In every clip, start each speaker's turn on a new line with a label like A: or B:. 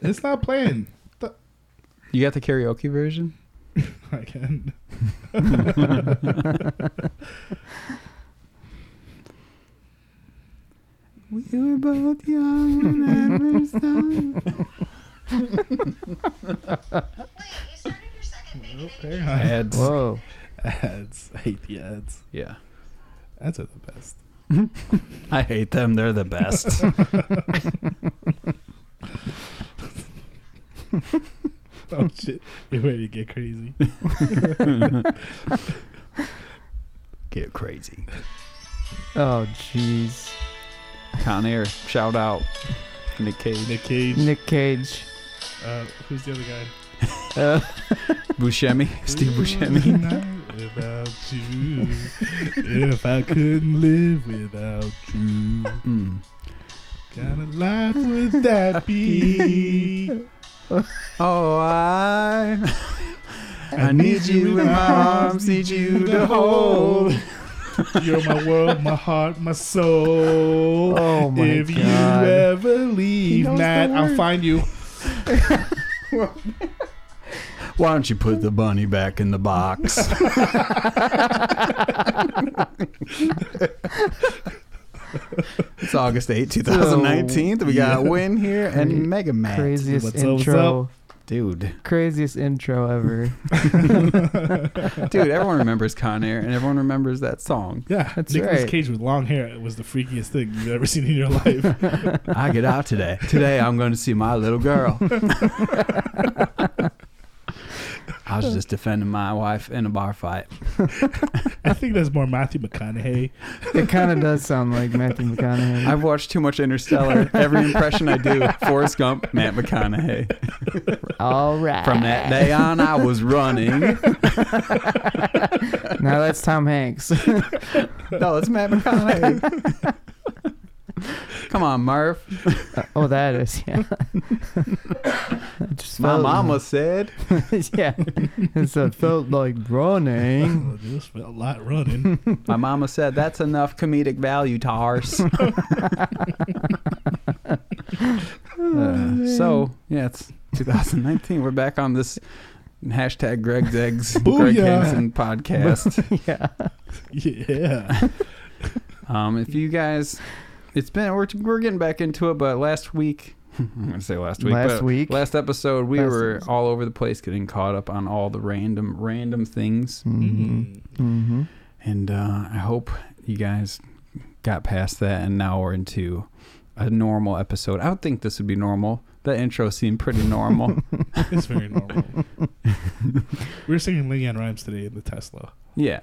A: It's not playing.
B: You got the karaoke version?
A: I can.
B: We were both young when I first saw
C: Wait, you started your second baby.
A: There you are.
B: Ads.
D: Whoa.
A: Ads. I hate the ads.
B: Yeah.
A: Ads are the best.
B: I hate them. They're the best.
A: Oh shit! You're ready to get crazy.
B: Get crazy.
D: Oh, jeez.
B: Con Air. Shout out. Nick Cage.
A: Nick Cage.
D: Nick Cage.
A: Uh, who's the other guy?
D: Uh,
B: Buscemi. Steve Buscemi.
A: Night without you. if I couldn't live without you,
B: Mm.
A: kind of life would that be?
B: Oh, I. I need you in my arms, need you to hold.
A: You're my world, my heart, my soul.
D: oh my
A: if you
D: god.
A: ever leave,
D: knows the
A: Matt, I'll
D: words.
A: find you.
B: Why don't you put the bunny back in the box? it's August 8, 2019. We got a win here and Mega Man.
D: craziest
A: What's up, what's
D: intro.
B: Dude.
D: Craziest intro ever.
B: Dude, everyone remembers Con Air and everyone remembers that song.
A: Yeah,
D: That's
A: Nicolas
D: right.
A: Cage with long hair was the freakiest thing you've ever seen in your life.
B: I get out today. Today I'm going to see my little girl. I was just defending my wife in a bar fight.
A: I think that's more Matthew McConaughey.
D: It kind of does sound like Matthew McConaughey.
B: I've watched too much Interstellar. Every impression I do, Forrest Gump, Matt McConaughey.
D: All right.
B: From that day on, I was running.
D: Now that's Tom Hanks.
B: No, it's Matt McConaughey. Come on, Murph.
D: oh, that is yeah. I just
B: My
D: felt-
B: mama said.
D: yeah, it's a felt like running.
A: Oh, this felt a lot running.
B: My mama said that's enough comedic value to ours. Uh, so yeah, it's 2019. We're back on this hashtag Greg's Eggs Greg
A: Booyah.
B: Hansen podcast.
D: yeah,
A: yeah.
B: Um, if you guys, it's been we're, we're getting back into it, but last week, I'm gonna say last week,
D: Last
B: but
D: week.
B: last episode, we
D: Last
B: were
D: episode.
B: all over the place getting caught up on all the random random things,
D: hmm
A: Mm-hmm.
D: hmm
B: and uh, I hope you guys got past that, and now we're into a normal episode. I would think this would be normal. That intro seemed pretty normal.
A: It's very normal. we were singing Leanne Rhymes today in the Tesla.
B: yeah.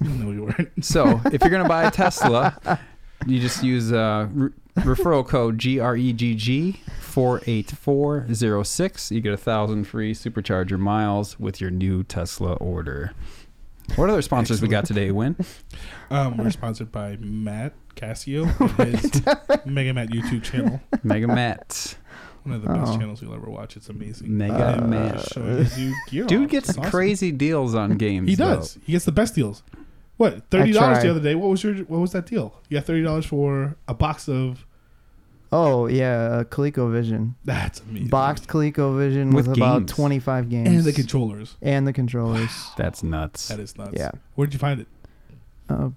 A: No, we weren't.
B: So if you're gonna buy a Tesla, you just use uh, re- referral code G R E G G four eight four zero six. You get a thousand free supercharger miles with your new Tesla order. What other sponsors we got today? Win.
A: Um, we're sponsored by Matt Cassio and his Mega Matt YouTube channel.
B: Mega Matt.
A: One of the best
D: Oh.
A: channels you'll ever watch. It's amazing.
B: Mega
A: And, uh,
B: Matt.
A: showing his new gear
B: Dude
A: off.
B: gets
A: It's awesome.
B: crazy deals on games.
A: He does. He gets the best deals. What thirty dollars
D: tried.
A: the other day? What was your what was that deal? You got thirty dollars for a box of.
D: Oh yeah, uh, ColecoVision
A: That's amazing.
D: boxed ColecoVision
B: With
D: with, about
B: games.
D: twenty five games
A: and the controllers.
D: and the controllers.
B: That's nuts.
A: That is nuts.
D: Yeah.
A: Where'd you find it?
D: Uh,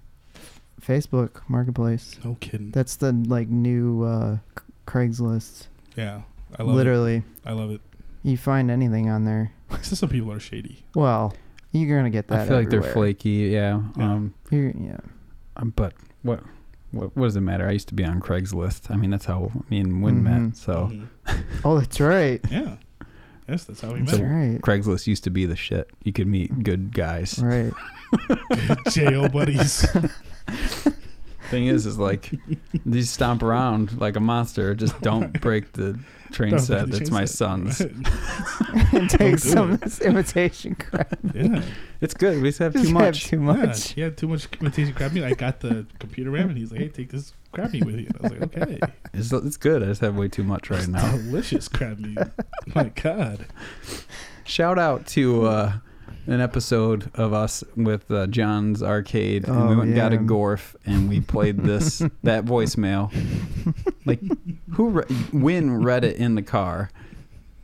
D: Facebook Marketplace.
A: No kidding.
D: That's the like new uh, C- Craigslist.
A: yeah. I love
D: Literally,
A: it. I love it.
D: you find anything on there.
A: Except some people are shady.
D: Well, you're gonna get that.
B: I feel like they're
D: everywhere.
B: flaky. Yeah.
A: Yeah.
B: Um,
D: You're, yeah.
B: um, but what, what? What does it matter? I used to be on Craigslist. I mean, that's how me and Win
D: Mhm.
B: met. So
A: Mhm.
D: Oh, that's right.
A: Yeah. Yes, that's how we
D: That's
A: met.
D: right.
B: Craigslist used to be the shit. You could meet good guys.
D: Right.
A: Jail buddies.
B: Thing is, is like these stomp around like a monster. Just don't break the train
A: Don't
B: set.
A: really
B: That's
A: change
B: my
A: that.
B: son's.
A: Right.
D: and take
A: do
D: some
A: it.
D: of this imitation crap.
A: Yeah.
B: It's good. We just have
D: Just
B: too
D: have
B: much.
D: too
A: yeah.
D: much.
A: He had too much imitation crab meat. I got the computer RAM and he's like, hey, take this crab meat with you. And I was like, okay.
B: It's, it's good. I just have way too much right now.
A: Delicious crab meat. My God.
B: Shout out to uh, an episode of us with uh, John's arcade, and we
D: Oh,
B: went and got a
D: yeah.
B: Gorf, and we played this that voicemail. Like, who re- Win read it in the car?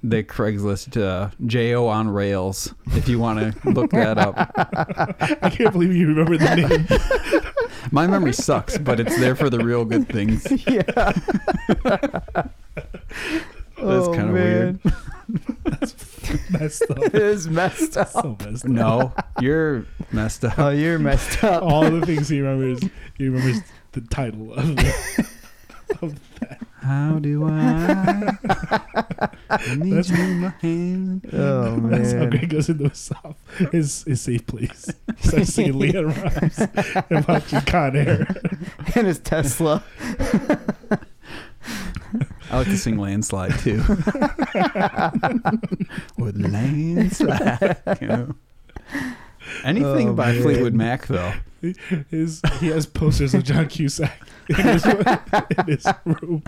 B: the Craigslist uh, "Jo on Rails" if you want to look that up.
A: I can't believe you remember the name.
B: My memory sucks, but it's there for the real good things.
D: yeah. That's Oh,
B: That's kind of weird.
A: Messed up.
D: It is messed up.
A: So messed up.
B: No, you're messed up.
D: Oh, you're messed up.
A: All the things he remembers, he remembers the title of it.
B: How do I? I need
A: That's-
B: you in my hand.
D: Oh
A: That's how Greg
D: man.
A: goes into his soft, his, his safe place. Starts singing Leah Rhymes and watching Con Air.
D: And his Tesla.
B: I like to sing "Landslide" too. With landslide. you know. Anything
D: Oh,
B: by
D: man.
B: Fleetwood Mac though.
A: His, he has posters of John Cusack in his, in his room.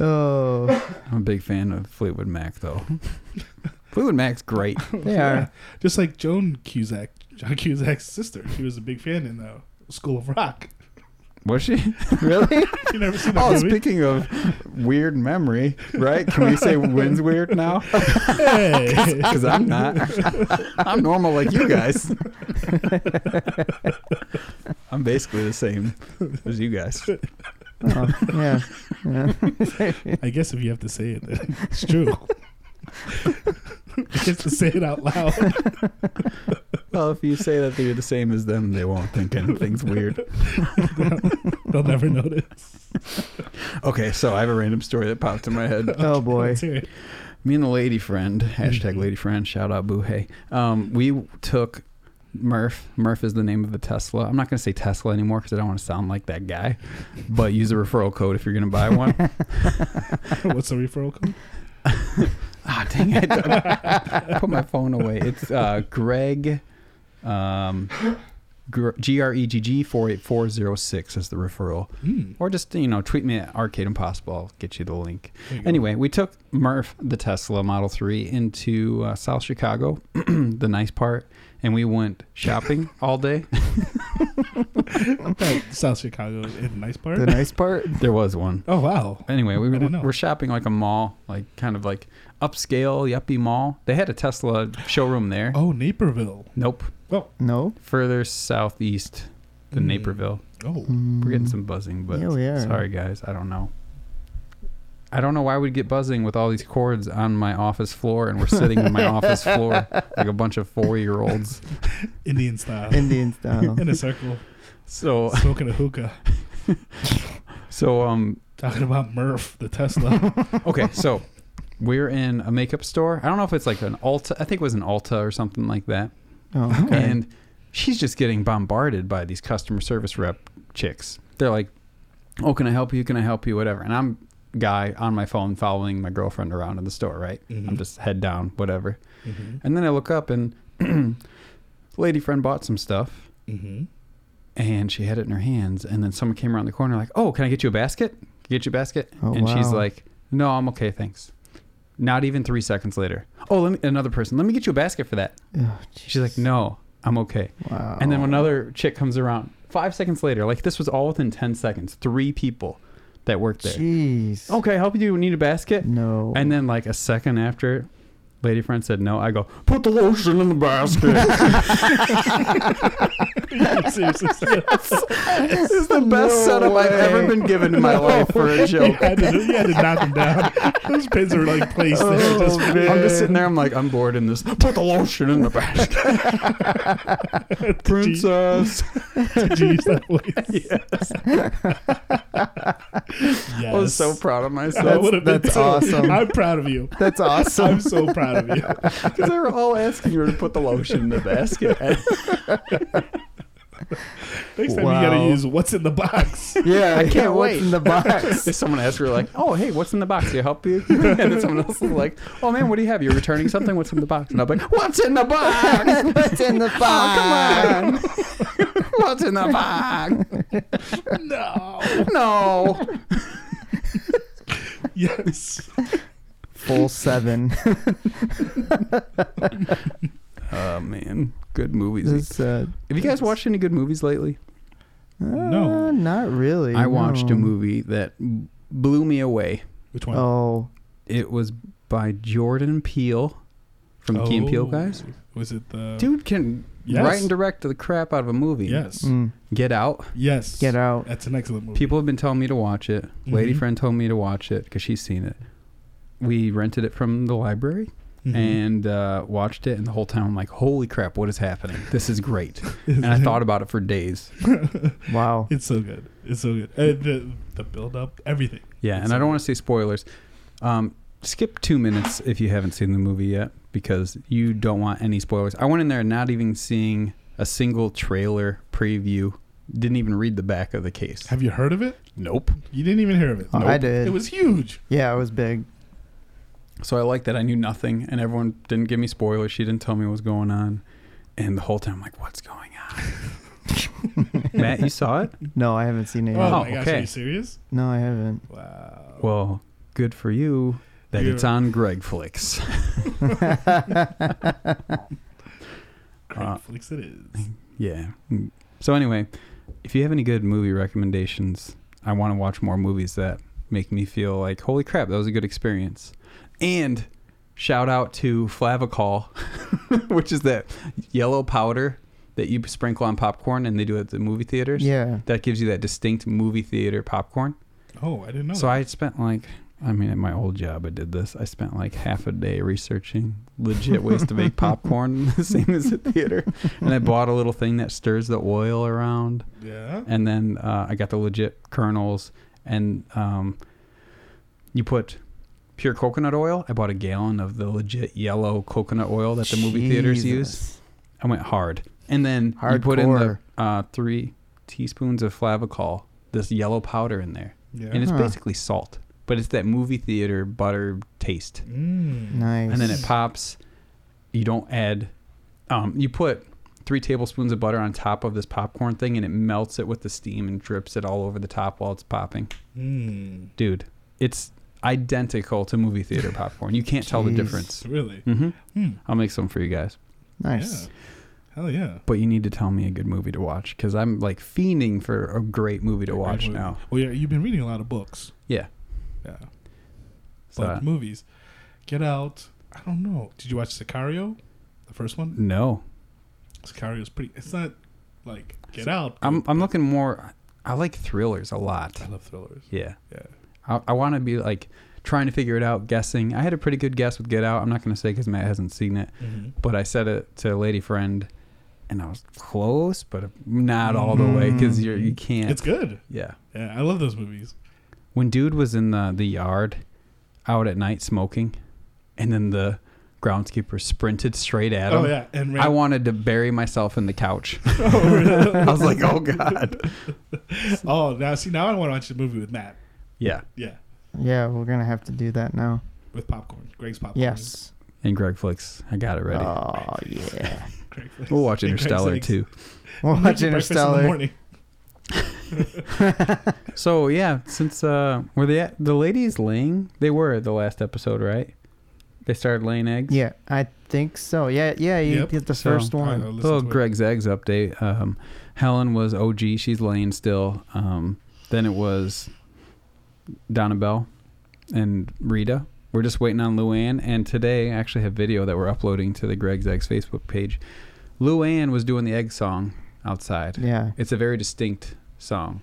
D: Oh,
B: I'm a big fan of Fleetwood Mac though. Fleetwood Mac's great.
D: they are.
A: Just like Joan Cusack, John Cusack's sister. She was a big fan in the School of Rock.
B: Was she?
D: Really?
A: You never seen that
B: Oh,
A: movie?
B: speaking of weird memory, right? Can we say wind's weird now?
A: Hey.
B: Because I'm not. I'm normal like you guys. I'm basically the same as you guys.
D: Oh, yeah. yeah.
A: I guess if you have to say it, then it's true. you have to say it out loud.
B: Well, if you say that you're the same as them, they won't think anything's weird.
A: They'll never notice.
B: Okay, so I have a random story that popped in my head.
D: Oh boy.
A: Let's hear it.
B: Me and the lady friend, hashtag lady friend, shout out boo hey. Um, we took Murph. Murph is the name of the Tesla. I'm not going to say Tesla anymore because I don't want to sound like that guy, but use a referral code if you're going to buy one.
A: What's the referral code?
B: ah, dang it. I put my phone away. It's uh, Greg, um, Gr- G R E G G 48406 is the referral.
A: Hmm.
B: Or just, you know, tweet me at Arcade Impossible. I'll get you the link.
A: There you go.
B: Anyway, we took Murph, the Tesla Model 3, into uh, South Chicago, the nice part, and we went shopping all day.
A: That South Chicago is a nice part.
D: The nice part.
B: There was one.
A: oh wow.
B: Anyway, we
A: I didn't know.
B: were shopping like a mall, like kind of like upscale, yuppie mall. They had a Tesla showroom there.
A: Oh Naperville.
B: Nope.
A: Oh
D: No.
B: Further southeast than
A: Hmm.
B: Naperville.
A: oh.
B: We're getting some buzzing, but
D: Yeah, we are.
B: sorry, guys. I don't know. I don't know why we'd get buzzing with all these cords on my office floor, and we're sitting on my office floor like a bunch of four year olds.
A: Indian style.
D: Indian style.
A: In a circle,
B: So,
A: smoking a hookah,
B: so, um,
A: talking about Murph, the Tesla.
B: okay, so we're in a makeup store. I don't know if it's like an Ulta, I think it was an Ulta or something like that.
D: Oh, okay.
B: And she's just getting bombarded by these customer service rep chicks. They're like, "Oh, can I help you? Can I help you? Whatever." And I'm guy on my phone following my girlfriend around in the store, right? I'm
D: Mm-hmm.
A: Mhm.
B: just head down, whatever.
A: mm-hmm.
B: And then I look up and lady friend bought some stuff
A: Mm-hmm.
B: and she had it in her hands and then someone came around the corner like, "Oh, can I get you a basket? Can I Get you a basket?"
D: Oh,
B: and she's
D: wow.
B: like, "No, I'm okay, thanks." Not even 3 seconds later. Oh, let me another person. Let me get you a basket for that.
D: Oh,
B: She's like, "No, I'm okay."
D: wow.
B: And then when another chick comes around, five seconds later, like this was all within 10 seconds, three people that worked there.
D: Jeez.
B: Okay, help you. Need a basket?
D: No.
B: And then, like a second after, lady friend said no. I go, put the lotion in the basket.
A: Seriously,
B: this is the best
D: No
B: setup I've
D: way.
B: ever been given in my life for a
A: you
B: joke.
A: had, to, you had to knock them down. Those pins are like placed there.
D: Oh,
A: Just
D: man.
B: I'm just sitting there. I'm like, I'm bored in this. Put the lotion in the basket, princess.
A: Jeez, that was,
B: yes.
A: yes.
B: I was so proud of
A: I
B: myself
A: would have been
D: that's
A: too.
D: awesome.
A: I'm proud of you.
D: That's awesome.
A: I'm so proud of you.
B: because they were all asking her to put the lotion in the basket.
A: Next time you gotta
D: Wow.
A: use what's in the box.
D: yeah. I
B: can't
D: what's
B: wait.
D: in the box.
B: If someone asked her, like, "Oh, hey, what's in the box? Can I help you?" and then someone else is like, "Oh man, what do you have? You're returning something. What's in the box?" And I'm like, "What's in the box?
D: what's in the box?
B: Oh, come on! what's in the box?
A: no.
B: No,
A: Yes.
D: Full seven.
B: oh man, good movies.
D: This, uh,
B: have you guys watched any good movies lately?
A: No.
D: uh, not really.
B: I watched
D: no.
B: a movie that blew me away.
A: Which one?
D: Oh,
B: It was by Jordan Peele from the Key and Peele guys.
A: Oh, Was it the
B: Dude can
A: Yes.
B: write and direct the crap out of a movie.
A: Yes,
D: Mm.
B: Get Out.
A: yes.
D: Get out.
A: That's an excellent movie.
B: People have been telling me to watch it. Lady
A: Mhm.
B: friend told me to watch it because she's seen it. We rented it from the library
A: Mhm.
B: and uh, watched it, and the whole time I'm like, "Holy crap! What is happening? This is great!" and I thought about it for days.
D: Wow.
A: it's so good. It's so good. Uh, the the build up, everything.
B: Yeah, and I don't want to say spoilers. Um, skip two minutes if you haven't seen the movie yet, because you don't want any spoilers. I went in there not even seeing a single trailer preview. Didn't even read the back of the case.
A: Have you heard of it?
B: Nope.
A: You didn't even hear of it.
D: Oh, I did.
A: It was huge.
D: yeah, it was big.
B: So I like that I knew nothing, and everyone didn't give me spoilers. She didn't tell me what was going on, and the whole time I'm like, "What's going on?" Matt, you saw it?
D: No, I haven't seen it.
A: Oh,
D: yet.
A: my gosh,
B: okay.
A: are you serious?
D: No, I haven't.
A: Wow.
B: Well, good for you that
A: Yeah.
B: it's on Greg Flicks.
A: Great
B: uh,
A: flicks it is.
B: Yeah. Mm. So anyway, if you have any good movie recommendations, I want to watch more movies that make me feel like, holy crap, that was a good experience. And shout out to Flavacol, which is that yellow powder that you sprinkle on popcorn and they do it at the movie theaters.
D: yeah.
B: That gives you that distinct movie theater popcorn.
A: Oh, I didn't know.
B: So I spent like, I mean, at my old job, I did this. I spent like half a day researching legit ways to make popcorn, the same as the theater. And I bought a little thing that stirs the oil around.
A: that. yeah.
B: And then uh, I got the legit kernels. And um, you put pure coconut oil. I bought a gallon of the legit yellow coconut oil that the movie theaters use. I went hard. And then you put in the
D: Hardcore.
B: uh, three teaspoons of flavacol, this yellow powder in there
A: Yeah.
B: and it's
D: Huh.
B: basically salt, but it's that movie theater butter taste,
A: Mm.
D: Nice.
B: and then it pops. You don't add, um, you put three tablespoons of butter on top of this popcorn thing, and it melts it with the steam and drips it all over the top while it's popping.
A: Mm.
B: Dude, it's identical to movie theater popcorn. You can't tell the
D: Jeez.
B: difference.
A: Really?
B: hmm
A: Hmm.
B: I'll make some for you guys,
D: Nice.
A: Yeah. Hell yeah.
B: but you need to tell me a good movie to watch because I'm like fiending for a great movie to
A: Great
B: watch
A: movie.
B: now.
A: Well, yeah, you've been reading a lot of books.
B: Yeah.
A: Yeah.
B: So,
A: But movies. Get out. I don't know. Did you watch Sicario? The first one?
B: no,
A: Sicario's pretty. It's not like Get Out.
B: Mm. I'm
A: but
B: I'm looking more. I like thrillers a lot.
A: I love thrillers.
B: Yeah.
A: Yeah.
B: I, I want to be like trying to figure it out, guessing. I had a pretty good guess with Get Out. I'm not going to say because Matt hasn't seen it, but I said it to a lady friend, and I was close, but not all the way because you you can't.
A: Mm. It's good.
B: Yeah.
A: Yeah, I love those movies.
B: When dude was in the the yard, out at night smoking, and then the groundskeeper sprinted straight at him.
A: Oh yeah, and
B: I
A: Ram-
B: wanted to bury myself in the couch.
A: oh,
B: I
A: really?
B: was like, "Oh God!"
A: oh, now see, now I want to watch the movie with Matt.
B: Yeah,
A: Yeah,
D: Yeah, we're gonna have to do that now.
A: with popcorn. Greg's popcorn.
D: Yes.
B: and Greg Flicks, I got it ready.
D: Oh yeah.
A: Greg flicks.
B: we'll watch
A: And Greg's
B: Interstellar
A: eggs.
B: too.
D: We'll
A: Make
D: watch
A: you breakfast in the
D: Interstellar.
A: morning.
B: So yeah, since uh, were the the ladies laying? They were the last episode, right? They started laying eggs.
D: Yeah, I think so. Yeah, yeah. You
A: Yep.
D: get the
B: So-
D: first
A: I
D: one.
A: know, Oh, listen
B: Little
A: to it.
B: Greg's eggs update. Um, Helen was OG. She's laying still. Um, then it was Donna Bell and Rita. We're just waiting on Luann. And today, I actually have video that we're uploading to the Greg's Eggs Facebook page. Luann was doing the egg song outside.
D: Yeah.
B: It's a very distinct song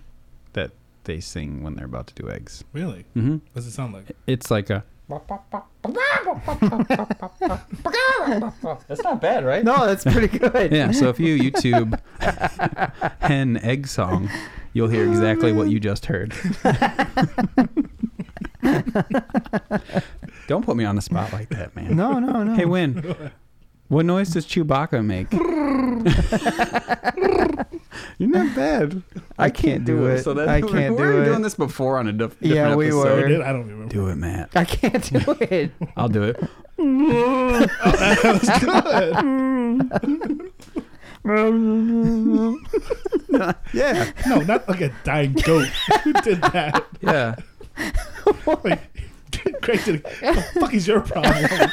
B: that they sing when they're about to do eggs.
A: Really?
B: hmm
A: What's it sound like?
B: It's like a. That's not bad, right?
D: No, that's pretty good.
B: Yeah. So if you YouTube hen egg song, you'll hear exactly what you just heard. Don't put me on the spot like that, man.
D: No, no, no.
B: Hey, Win. What noise does Chewbacca make? You're not bad. I can't do it.
D: So that- I can't
B: we were
D: do
B: already
D: it.
B: doing this before on a dif- different
D: Yeah, we
B: episode.
A: Oh,
D: were.
A: it did? I don't remember.
B: Do it, Matt.
D: I can't do it.
B: I'll do it. Yeah.
A: No, not like a dying goat. Who did that?
B: Yeah.
A: Like, Greg did. What the fuck is your problem?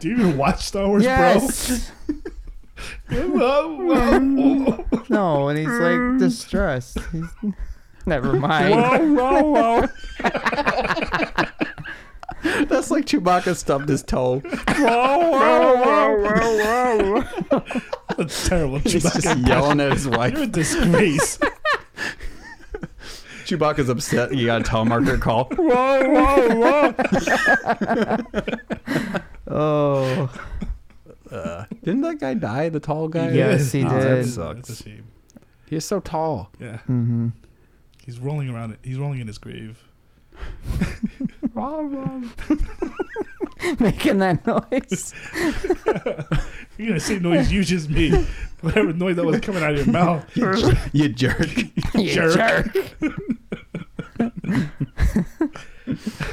A: Do you even watch Star Wars,
D: yes.
A: bro? Whoa, whoa, whoa.
D: No, and he's like distressed. He's, never mind.
B: whoa, whoa. That's like Chewbacca stubbed his toe. Whoa, whoa, whoa.
D: whoa, whoa.
A: That's terrible.
B: He's just
A: Chewbacca.
B: yelling at his
A: You're a
B: wife.
A: disgrace.
B: Chewbacca's upset. You got a telemarketer call. Whoa,
D: whoa, whoa. oh.
B: Uh, didn't that guy die? The tall guy.
D: Yes, he
A: Oh,
B: That
D: did.
A: That's a
B: sucks.
A: shame.
B: He is so tall.
A: Yeah,
D: Mm-hmm.
A: he's rolling around. He's rolling in his grave.
D: Making that noise.
A: You're gonna say noise you just made. Whatever noise that was coming out of your mouth.
B: You jerk.
D: You
A: Jerk.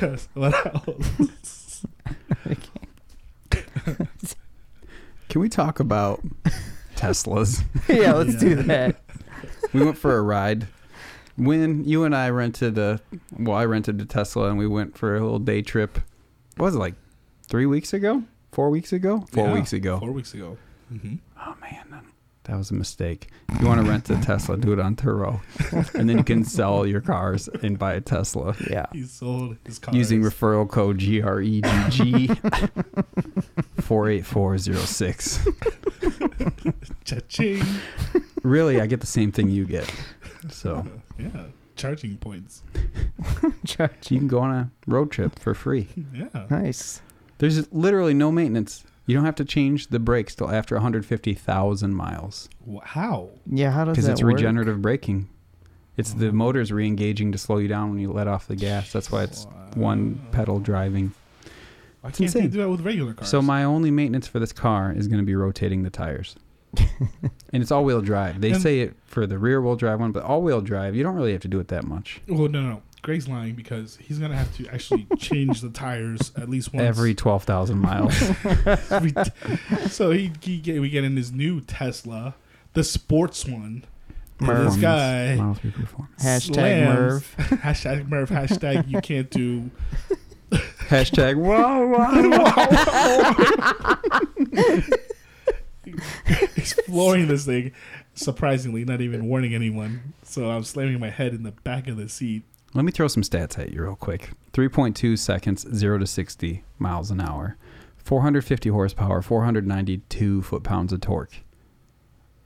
D: jerk.
A: what else?
B: Can we talk about Teslas?
D: Yeah, let's do
A: Yeah.
D: that.
B: we went for a ride. When you and I rented a, well, I rented a Tesla and we went for a little day trip. What was it like three weeks ago? Four weeks ago? Four
A: Yeah,
B: weeks ago.
A: Four weeks ago. Mm-hmm.
B: Oh man, that was a mistake. If you want to rent a Tesla, do it on Turo, and then you can sell your cars and buy a Tesla
D: Yeah.
A: He sold his car.
B: using referral code GREGG four eight four zero six.
A: cha-ching.
B: Really, I get the same thing you get. So
A: Yeah, charging points.
D: Charge.
B: you can go on a road trip for free.
A: Yeah,
D: Nice.
B: There's literally no maintenance. You don't have to change the brakes till after 150,000 miles
A: Wh- how?
D: Yeah, how does that
B: because it's
D: work?
B: regenerative braking. It's the motor's re-engaging to slow you down when you let off the gas. That's why it's one
A: Wow.
B: pedal driving.
A: Why
B: It's
A: can't they
B: insane.
A: do that with regular cars?
B: So my only maintenance for this car is going to be rotating the tires. and it's all-wheel drive. They
A: And-
B: say it for the rear-wheel drive one, but all-wheel drive, you don't really have to do it that much.
A: Well, no, no, no. Greg's lying because he's gonna have to actually change the tires at least once
B: Every 12,000 miles.
A: Every t- so he, he get, we get in his new Tesla, the sports one. And
D: Merv.
A: this
B: Performance.
A: guy
B: Miles per performance.
D: Hashtag
A: slams-
D: Merv.
A: hashtag Merv. Hashtag you can't do.
B: Hashtag whoa, whoa, whoa.
A: He's flooring this thing, surprisingly, not even warning anyone. So I'm slamming my head in the back of the seat.
B: Let me throw some stats at you real quick. 3.2 seconds, 0 to 60 miles an hour. 450 horsepower, 492 foot pounds of torque.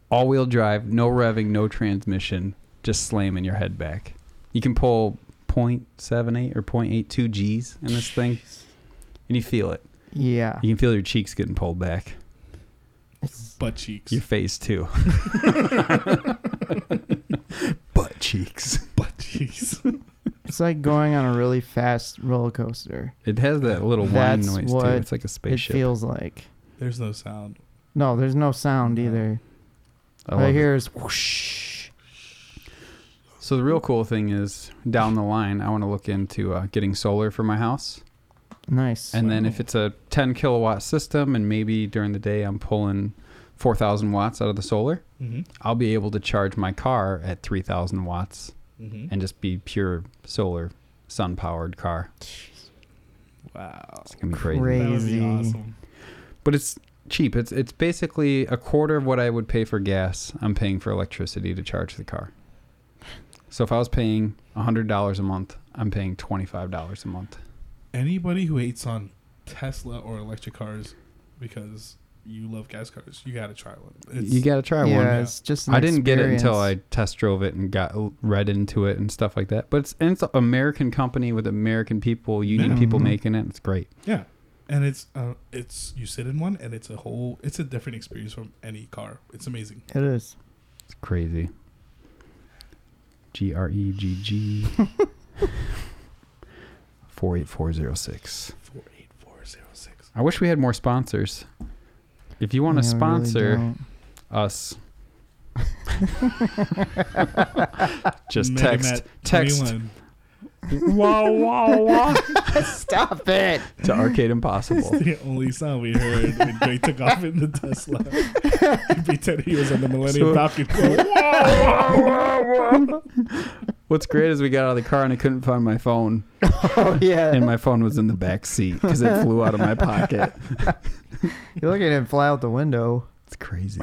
B: All wheel drive, no revving, no transmission, just slamming your head back. You can pull 0.78 or 0.82 G's in this thing, and you feel it.
D: Yeah.
B: You can feel your cheeks getting pulled back,
D: It's-
A: Butt cheeks.
B: your face too. Butt cheeks.
A: butt cheeks.
D: It's like going on a really fast roller coaster.
B: It has that little whine
D: That's
B: noise too.
D: what
B: It's like a spaceship.
D: It feels like.
A: There's no sound.
D: No, there's no sound either.
B: I
D: All I
B: love it.
D: hear is whoosh.
B: So the real cool thing is down the line, I want to look into uh, getting solar for my house,
D: Nice.
B: and then if it's a 10 kilowatt system, and maybe during the day I'm pulling 4,000 watts out of the solar,
A: Mm-hmm.
B: I'll be able to charge my car at 3,000 watts
A: Mm-hmm.
B: and just be pure solar, sun powered car.
A: Wow.
B: It's gonna be crazy.
D: Great.
A: That would
D: Crazy.
A: be awesome.
B: But it's cheap. It's it's basically a quarter of what I would pay for gas. I'm paying for electricity to charge the car. So if I was paying $100 a month, I'm paying $25 a month.
A: Anybody who hates on Tesla or electric cars because you love gas cars, you gotta try one. It's,
B: you got to try one.
D: yeah, it's just. An
B: I didn't get it until I
D: experience.
B: test drove it and got read into it and stuff like that. But it's and it's an American company with American people, union
A: Yeah.
B: people
D: Mhm.
B: making it. It's great.
A: Yeah, and it's uh, it's you sit in one, and it's a whole it's a different experience from any car. It's amazing.
D: It is.
B: It's crazy. G R E G G. Four eight four zero six.
A: Four eight four zero six.
B: I wish we had more sponsors. If you want to
D: Yeah, we really
B: sponsor
D: don't.
B: us, just
A: Mega
B: text
A: Matt
B: text.
A: 21.
B: Wow wow wow
D: Stop it.
B: to Arcade Impossible.
A: The only sound we heard when Gray took off in the Tesla. he pretended he was on the Millennium
B: So-
A: Falcon. Whoa!
B: What's great is we got out of the car and I couldn't find my phone,
D: Oh yeah.
B: and my phone was in the back seat because it flew out of my pocket.
D: You look at him fly out the window.
B: It's crazy.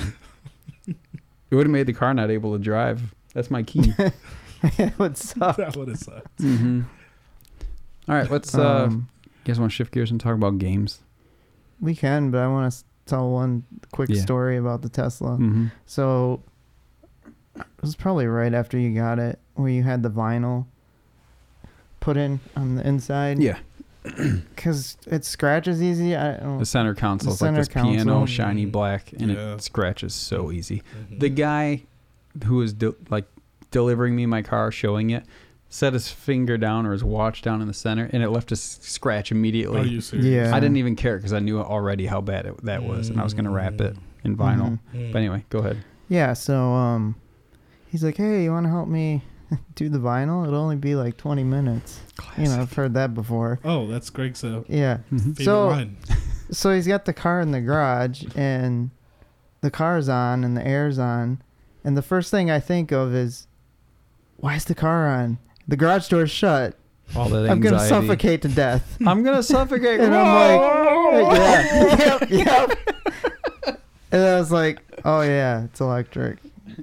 B: It would have made the car not able to drive. That's my key.
D: it would suck.
A: that would have sucked.
B: Mhm. All right, let's uh,
D: Um,
B: get guys want to shift gears and talk about games?
D: We can, but I want to tell one quick
B: Yeah.
D: story about the Tesla.
B: Mm-hmm.
D: So it was probably right after you got it, where you had the vinyl put in on the inside.
B: Yeah,
D: because it scratches easy. I
B: the
D: don't.
B: center console is
D: The
B: like this
D: center
B: piano,
D: console.
B: shiny black, and
A: Yeah.
B: it scratches so easy.
A: Mhm.
B: The guy who was de- like delivering me my car, showing it, set his finger down or his watch down in the center, and it left a s- scratch immediately.
A: Are Oh, you serious?
D: Yeah.
B: I didn't even care because I knew already how bad it, that was, and I was going to wrap it
A: Mm-hmm.
B: in vinyl. But anyway, go ahead.
D: Mm-hmm. Yeah. So um, he's like, "Hey, you want to help me do the vinyl? It'll only be like 20 minutes." You know, I've heard that before.
A: Oh, that's Greg's uh,
D: Yeah.
B: Mhm.
A: favorite
D: So-
A: line.
D: So he's got the car in the garage, and the car's on, and the air's on, and the first thing I think of is, "Why is the car on? The garage door's shut.
B: All that anxiety.
D: I'm gonna suffocate to death."
B: I'm gonna suffocate.
D: And
B: Whoa!
D: I'm like, yeah, yep, yep. And I was like, oh yeah, it's electric.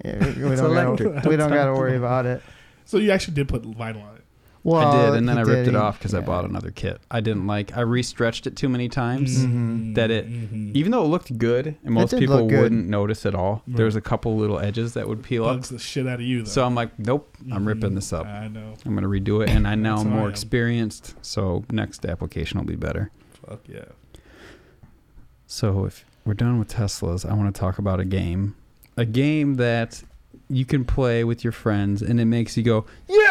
D: Yeah, we- we
B: It's
D: don't
B: electric.
D: Gotta, we don't got to worry about it.
A: So you actually did put vinyl on it.
D: Well,
B: I did, and then
D: he
B: I ripped
D: did,
B: it
D: he-
B: off because I
D: yeah. Mm-hmm.
B: bought another kit. I didn't like. I restretched it too many times.
A: Mhm.
B: That it-
A: Mhm.
B: Even though it looked good, and most
D: did
B: people
D: look good.
B: wouldn't notice at all,
A: Right.
B: there was a couple little edges that would peel up.
A: bugs the shit out of you. Though.
B: So I'm like, nope, I'm ripping
A: Mhm.
B: this up.
A: I know.
B: I'm gonna redo it, and I now
A: That's
B: am
A: how I
B: more
A: am.
B: experienced, so next application will be better.
A: Fuck yeah.
B: So if we're done with Teslas, I want to talk about a game, a game that you can play with your friends, and it makes you go,
D: oh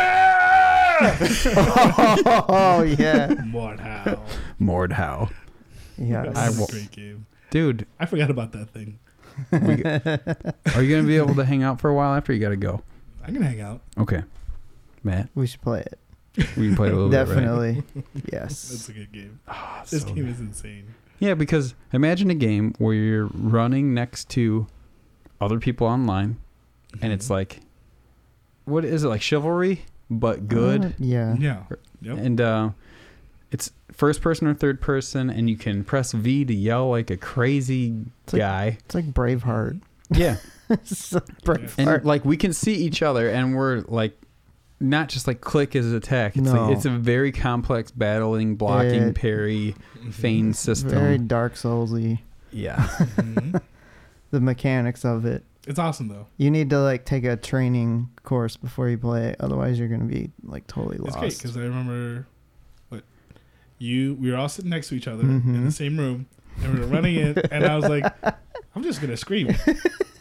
D: yeah,
A: Mordhau.
B: Mord how,
D: yeah.
A: That's
B: I
A: a
B: will-
A: great game.
B: dude.
A: I forgot about that thing.
B: We, are you gonna be able to hang out for a while after you gotta go?
A: I can hang out.
B: Okay, Matt,
D: we should play it.
B: we can play it a little bit. right?
D: Definitely.
A: That's
D: Yes.
A: a good game.
B: Ah,
A: This
B: so
A: game is insane.
B: Yeah, because imagine a game where you're running next to other people online, and
D: Mm-hmm.
B: it's like, what is it like chivalry, but
D: Uh,
B: good,
D: yeah.
A: yeah. Yep.
B: and uh, it's first person or third person, and you can press V to yell like a crazy
D: It's like-
B: guy.
D: It's like
A: Mm-hmm.
D: Braveheart.
B: Yeah,
D: It's like
B: and
D: Braveheart.
B: like we can see each other, and we're like. Not just like click as attack. It's
D: No.
B: like, it's a very complex battling, blocking,
D: It-
B: parry,
A: Mm-hmm.
B: feign system.
D: Very Dark Soulsy.
B: yeah.
A: Mhm.
D: The mechanics of it.
A: It's awesome though.
D: You need to like take a training course before you play it, otherwise you're gonna be like totally
A: It's
D: lost.
A: great because I remember what you we were all sitting next to each other
B: Mm-hmm.
A: in the
D: Mhm.
A: same room and we were running in and I was like, I'm just gonna scream.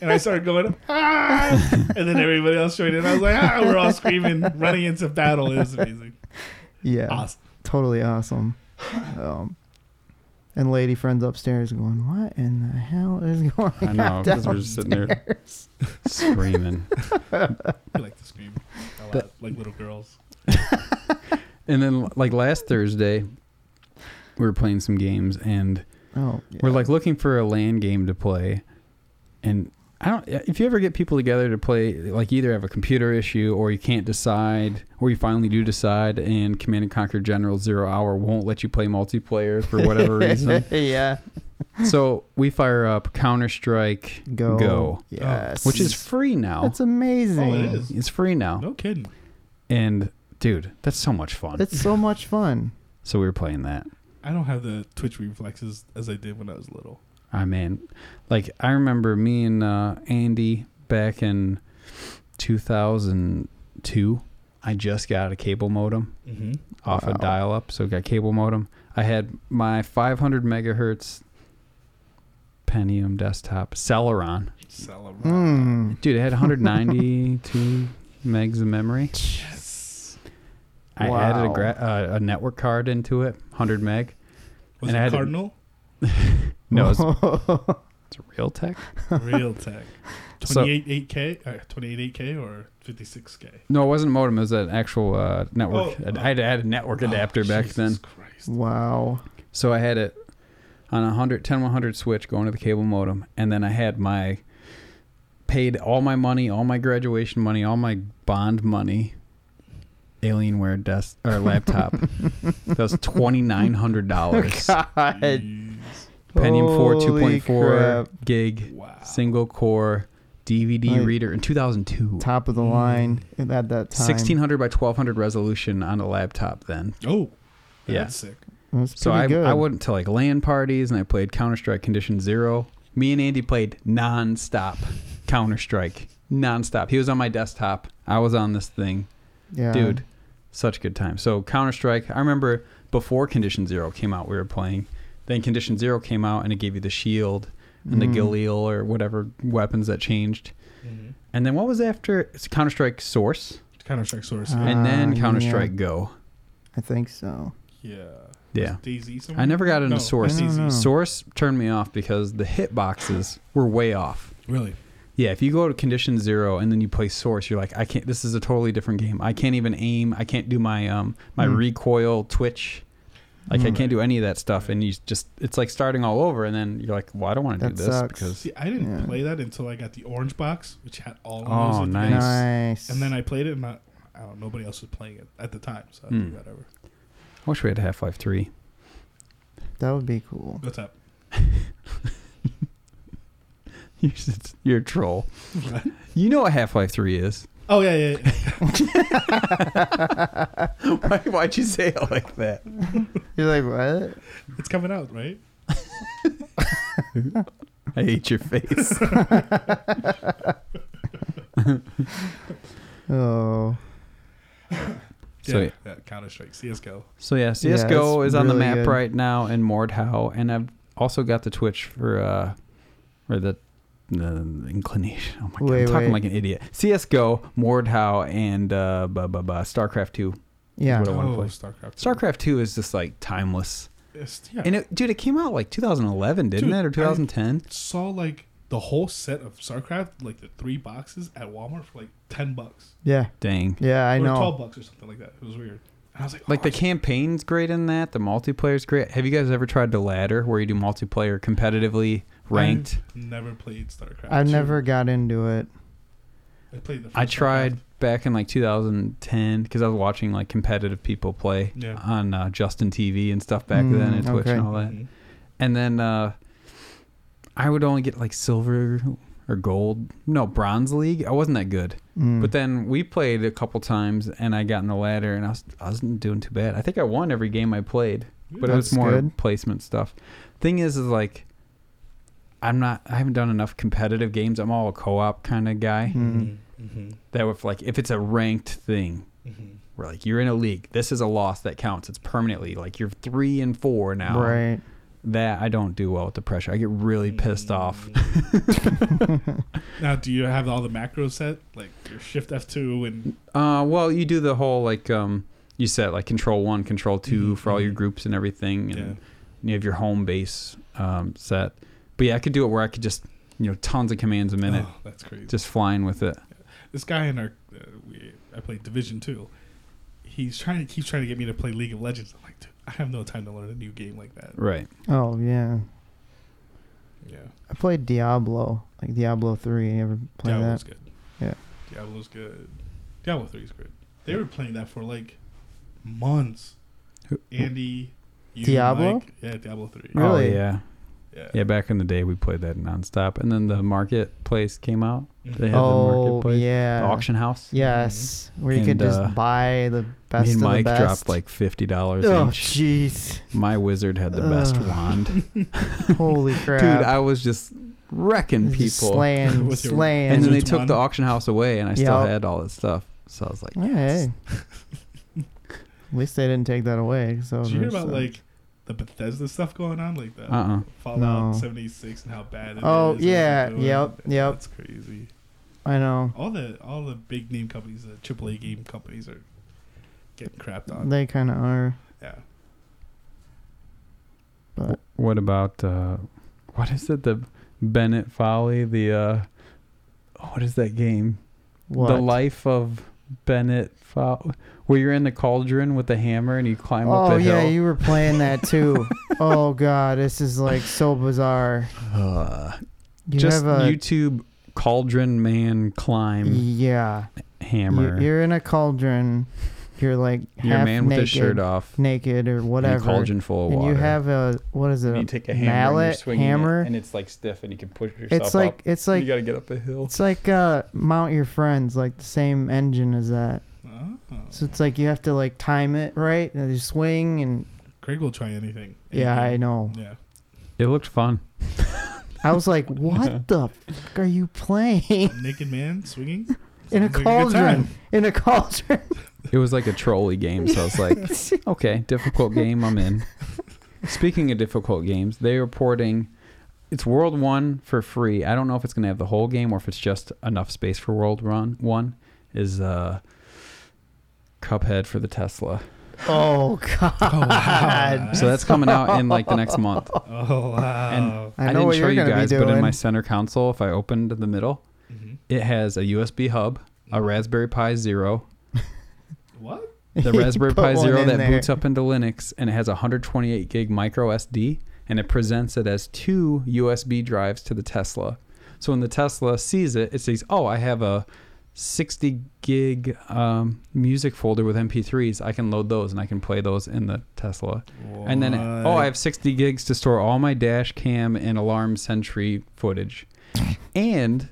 A: And I started going, ah! and then everybody else joined in. I was like, ah, we're all screaming, running into battle. It was amazing.
D: yeah.
A: Awesome.
D: totally awesome. Um, and lady friends upstairs going, "What in the hell is going
B: I
D: on?"
B: know, 'cause we're just sitting there
D: downstairs?"
B: screaming.
A: I like to scream a lot,
B: That-
A: like little girls.
B: And then like last Thursday, we were playing some games and
D: Oh, yeah.
B: we're like looking for a land game to play. And I don't if you ever get people together to play like either have a computer issue or you can't decide or you finally do decide and Command and Conquer General Zero Hour won't let you play multiplayer for whatever reason.
D: yeah,
B: So we fire up Counter Strike
D: go,
B: Go.
D: yes,
B: which is free now.
D: that's amazing.
A: Oh, it is.
B: It's free now.
A: No kidding.
B: And dude, that's so much fun.
D: It's so much fun.
B: so we were playing that.
A: I don't have the twitch reflexes as I did when I was little.
B: I mean, like I remember me and uh, Andy back in 2002. I just got a cable modem
A: Mm-hmm.
B: off a
D: Wow.
B: dial-up, so got cable modem. I had my 500 megahertz Pentium desktop Celeron.
D: Mm.
B: Dude, it had 192 megs of memory.
A: Yes.
B: I added a,
D: Wow.
B: gra- uh, a network card into it, 100 meg.
A: Was
B: And I
A: it
B: had-
A: Cardinal?
B: No, it's, it's Realtek.
A: Real tech.
B: So-
A: 28 8K, uh, 28 8K or 56K?
B: No, it wasn't modem. It was an actual uh, network.
A: Oh.
B: I had to add a network adapter
A: Oh,
B: back
A: Jesus
B: then.
A: Christ.
D: wow.
B: So I had it on a 100, 10 100 switch going to the cable modem. And then I had my, paid all my money, all my graduation money, all my bond money, Alienware desk or laptop. that was $2,900.
D: God.
A: Jeez.
B: Pentium 4
D: Holy
B: 2.4
D: crap.
B: gig,
A: Wow.
B: single core, DVD
D: Like-
B: reader in 2002.
D: Top of the line at that time.
B: 1600 by 1200 resolution on a laptop then.
A: Oh,
B: Yeah.
A: that's sick.
D: It was
B: So
D: pretty
B: I,
D: good.
B: I went to like LAN parties and I played Counter Strike Condition Zero. Me and Andy played nonstop Counter Strike, nonstop. He was on my desktop. I was on this thing,
D: yeah.
B: dude. Such a good time. So Counter Strike. I remember before Condition Zero came out, we were playing. Then Condition Zero came out and it gave you the shield and the
D: Mhm.
B: Galil or whatever weapons that changed.
A: Mm-hmm.
B: And then what was after Counter Strike Source
A: Counter Strike Source.
D: Uh,
B: and then
D: yeah.
B: Counter Strike Go.
D: I think so.
A: yeah.
B: Yeah.
A: DayZ somewhere?
B: I never got into
A: No,
B: Source.
D: I don't know.
A: DayZ.
B: Source turned me off because the hitboxes were way off.
A: Really?
B: Yeah, if you go to condition zero and then you play source, you're like, I can't. This is a totally different game. I can't even aim. I can't do my um my
D: Mm.
B: recoil twitch. Like I
D: Mm.
B: can't do any of that stuff, and you just it's like starting all over. And then you're like, well, I don't want to do
D: That
B: this
D: sucks.
B: because
A: See, I didn't
D: Yeah.
A: play that until I got the orange box, which had all of
B: Oh,
A: those. at the
B: nice.
A: end.
D: Nice.
A: And then I played it, and I, I don't. Nobody else was playing it at the time, so I
B: Hmm.
A: think whatever.
B: I wish we had Half Life Three.
D: that would be cool.
A: What's up?
B: You're just- you're a troll. You know what Half Life Three is.
A: Oh yeah, yeah. yeah.
B: Why, why'd you say it like that?
D: You're like, what?
A: it's coming out, right?
B: I hate your face.
D: Oh,
B: So,
A: yeah.
B: yeah.
A: Counter Strike, CS:GO.
B: So yeah,
D: Yeah,
B: CS:GO
D: it's
B: is on the
D: really
B: map
D: good.
B: right now in Mordhau, and I've also got the Twitch for uh, or the, the inclination. Oh my god, I'm
D: Wait,
B: talking like
D: wait.
B: an idiot. CS:GO, Mordhau, and uh, blah, blah, blah, StarCraft Two.
D: yeah.
B: What I wanna
A: oh,
B: play.
A: StarCraft.
B: StarCraft Two is just like timeless.
A: It's, yeah.
B: And it, dude, it came out like 2011, didn't
A: Dude,
B: it, or
A: I-
B: 2010?
A: saw like the whole set of StarCraft, like the three boxes at Walmart for like ten bucks.
D: Yeah.
B: Dang.
D: Yeah, I
A: or twelve
D: know.
A: bucks or something like that. It was weird. And I was like,
B: Like the
A: oh,
B: campaign's great in that. The multiplayer's great. Have you guys ever tried the ladder where you do multiplayer competitively ranked?
A: I've never played StarCraft.
D: I've
A: two.
D: never got into it.
A: I played the. First
B: I tried
A: StarCraft.
B: back in like 2010 because I was watching like competitive people play
A: Yeah.
B: on uh, Justin TV and stuff back
D: Mm,
B: then and Twitch
D: okay.
B: and all that.
A: Mhm.
B: And then uh, I would only get like silver or gold, no bronze league. I wasn't that good.
D: Mm.
B: But then we played a couple times and I got in the ladder and I was I wasn't doing too bad. I think I won every game I played, but it was
D: That's
B: more
D: good.
B: placement stuff. Thing is, is like. I'm not. I haven't done enough competitive games. I'm all a co-op kind of guy
D: Mm.
B: Mm-hmm.
A: Mhm.
B: that if like if it's a ranked thing
A: Mhm.
B: where like you're in a league this is a loss that counts it's permanently like you're three and four now
D: Right.
B: that i don't do well with the pressure i get really pissed off
A: Mm-hmm. Now, do you have all the macros set, like your Shift F two and
B: uh well you do the whole like um you set like control one control 2
A: Mhm,
B: for all your
A: mhm.
B: groups and everything and
A: yeah,
B: you have your home base um set but yeah i could do it where i could just you know tons of commands a minute
A: Oh, that's crazy.
B: just flying with it
A: this guy in our uh, we, I played Division Two. He's trying to keep trying to get me to play League of Legends. I'm like, dude, I have no time to learn a new game like that.
B: right
D: Oh yeah.
A: Yeah,
D: I played Diablo, like Diablo three. You ever play
A: Diablo's
D: that?
A: good.
D: Yeah.
A: Diablo's good. Diablo Three is good. They were playing that for like months.
B: Who-
A: Andy, you,
D: Diablo?
A: Mike. yeah, Diablo Three.
D: Really?
B: oh yeah
A: Yeah,
B: yeah back in the day we played that nonstop and then the marketplace came out
A: Mhm.
B: They had the
D: Oh
B: marketplace,
D: yeah.
B: the auction house
D: Yes, where you could
B: And,
D: just
B: uh,
D: buy the best
B: Me and
D: of
B: Mike
D: the best.
B: dropped like fifty dollars
D: oh
B: each.
D: jeez,
B: My wizard had the best
D: Ugh.
B: wand,
D: holy crap!
B: dude. I was just wrecking people,
D: Just slaying,
A: With your-
D: slaying.
B: and then they
A: Wizard's
B: took
A: wand.
B: the auction house away, and I still
D: Yep.
B: had all this stuff. So I was like,
D: Yeah, hey. At least they didn't take that away. So
A: Did you hear about like the Bethesda stuff going on, like the
B: uh, uh
A: Fallout
D: No.
A: 76 and how bad it is?
D: Oh,
A: and what they're
D: yeah,
A: doing?
D: yep, yep.
A: That's crazy.
D: I know
A: All the all the big name companies, the AAA game companies, are getting crapped on.
D: they kind of are,
A: yeah,
D: but
B: What about uh, what is it? The Bennett Folly, the uh, what is that game?
D: what?
B: The life of Bennett Folly, where you're in the cauldron with the hammer and you climb up
D: oh
B: a
D: yeah,
B: hill.
D: you were playing that too. oh god, this is like so bizarre.
B: Ugh.
D: You
B: just
D: have a
B: YouTube cauldron man climb
D: yeah.
B: hammer.
D: You, are in a cauldron. You're like
B: You're a
D: half
B: man
D: naked,
B: with his shirt off.
D: naked or
B: and a
D: whatever.
B: cauldron full of
D: and
B: water.
D: you have a what is it?
B: And you take a hammer and you're
D: mallet,
B: swinging it,
D: hammer.
B: and it's like stiff, and you can push yourself
D: it's like
B: up.
D: it's like
B: you gotta get up a hill.
D: it's like uh, mount your friends, like the same engine as that.
A: oh,
D: So it's like you have to like time it right, and you swing and
A: Greg will try anything.
D: Yeah, I
A: Anything.
D: know.
A: Yeah.
B: It looked fun.
D: I was like, what the fuck are you playing
A: Naked man swinging
D: in
A: Sounds like
D: a
A: a good
D: cauldron?
A: time.
D: In a cauldron.
B: It was like a trolley game, so I was like, okay, difficult game, I'm in. Speaking of difficult games, they are porting it's World One for free. I don't know if it's gonna have the whole game or if it's just enough space for World Run One. Is uh Cuphead for the Tesla.
D: Oh god.
B: So that's coming out in like the next month.
A: Oh wow!
D: I know
B: didn't
D: what
B: show
D: you're
B: you
D: gonna be
B: guys, but in
D: doing.
B: my center console, if I opened the middle,
A: Mhm.
B: it has a USB hub, a Raspberry Pi Zero,
A: What?
B: the
D: He
B: Raspberry
D: put
B: Pi
D: one
B: Zero
D: in
B: that
D: there.
B: boots up into Linux, and it has a 128 gig micro SD, and it presents it as two USB drives to the Tesla. So when the Tesla sees it, it sees, oh, I have a 60 gig um, music folder with MP3s. I can load those and I can play those in the Tesla. And then,
A: What?
B: oh, I have 60 gigs to store all my dash cam and alarm sentry footage. and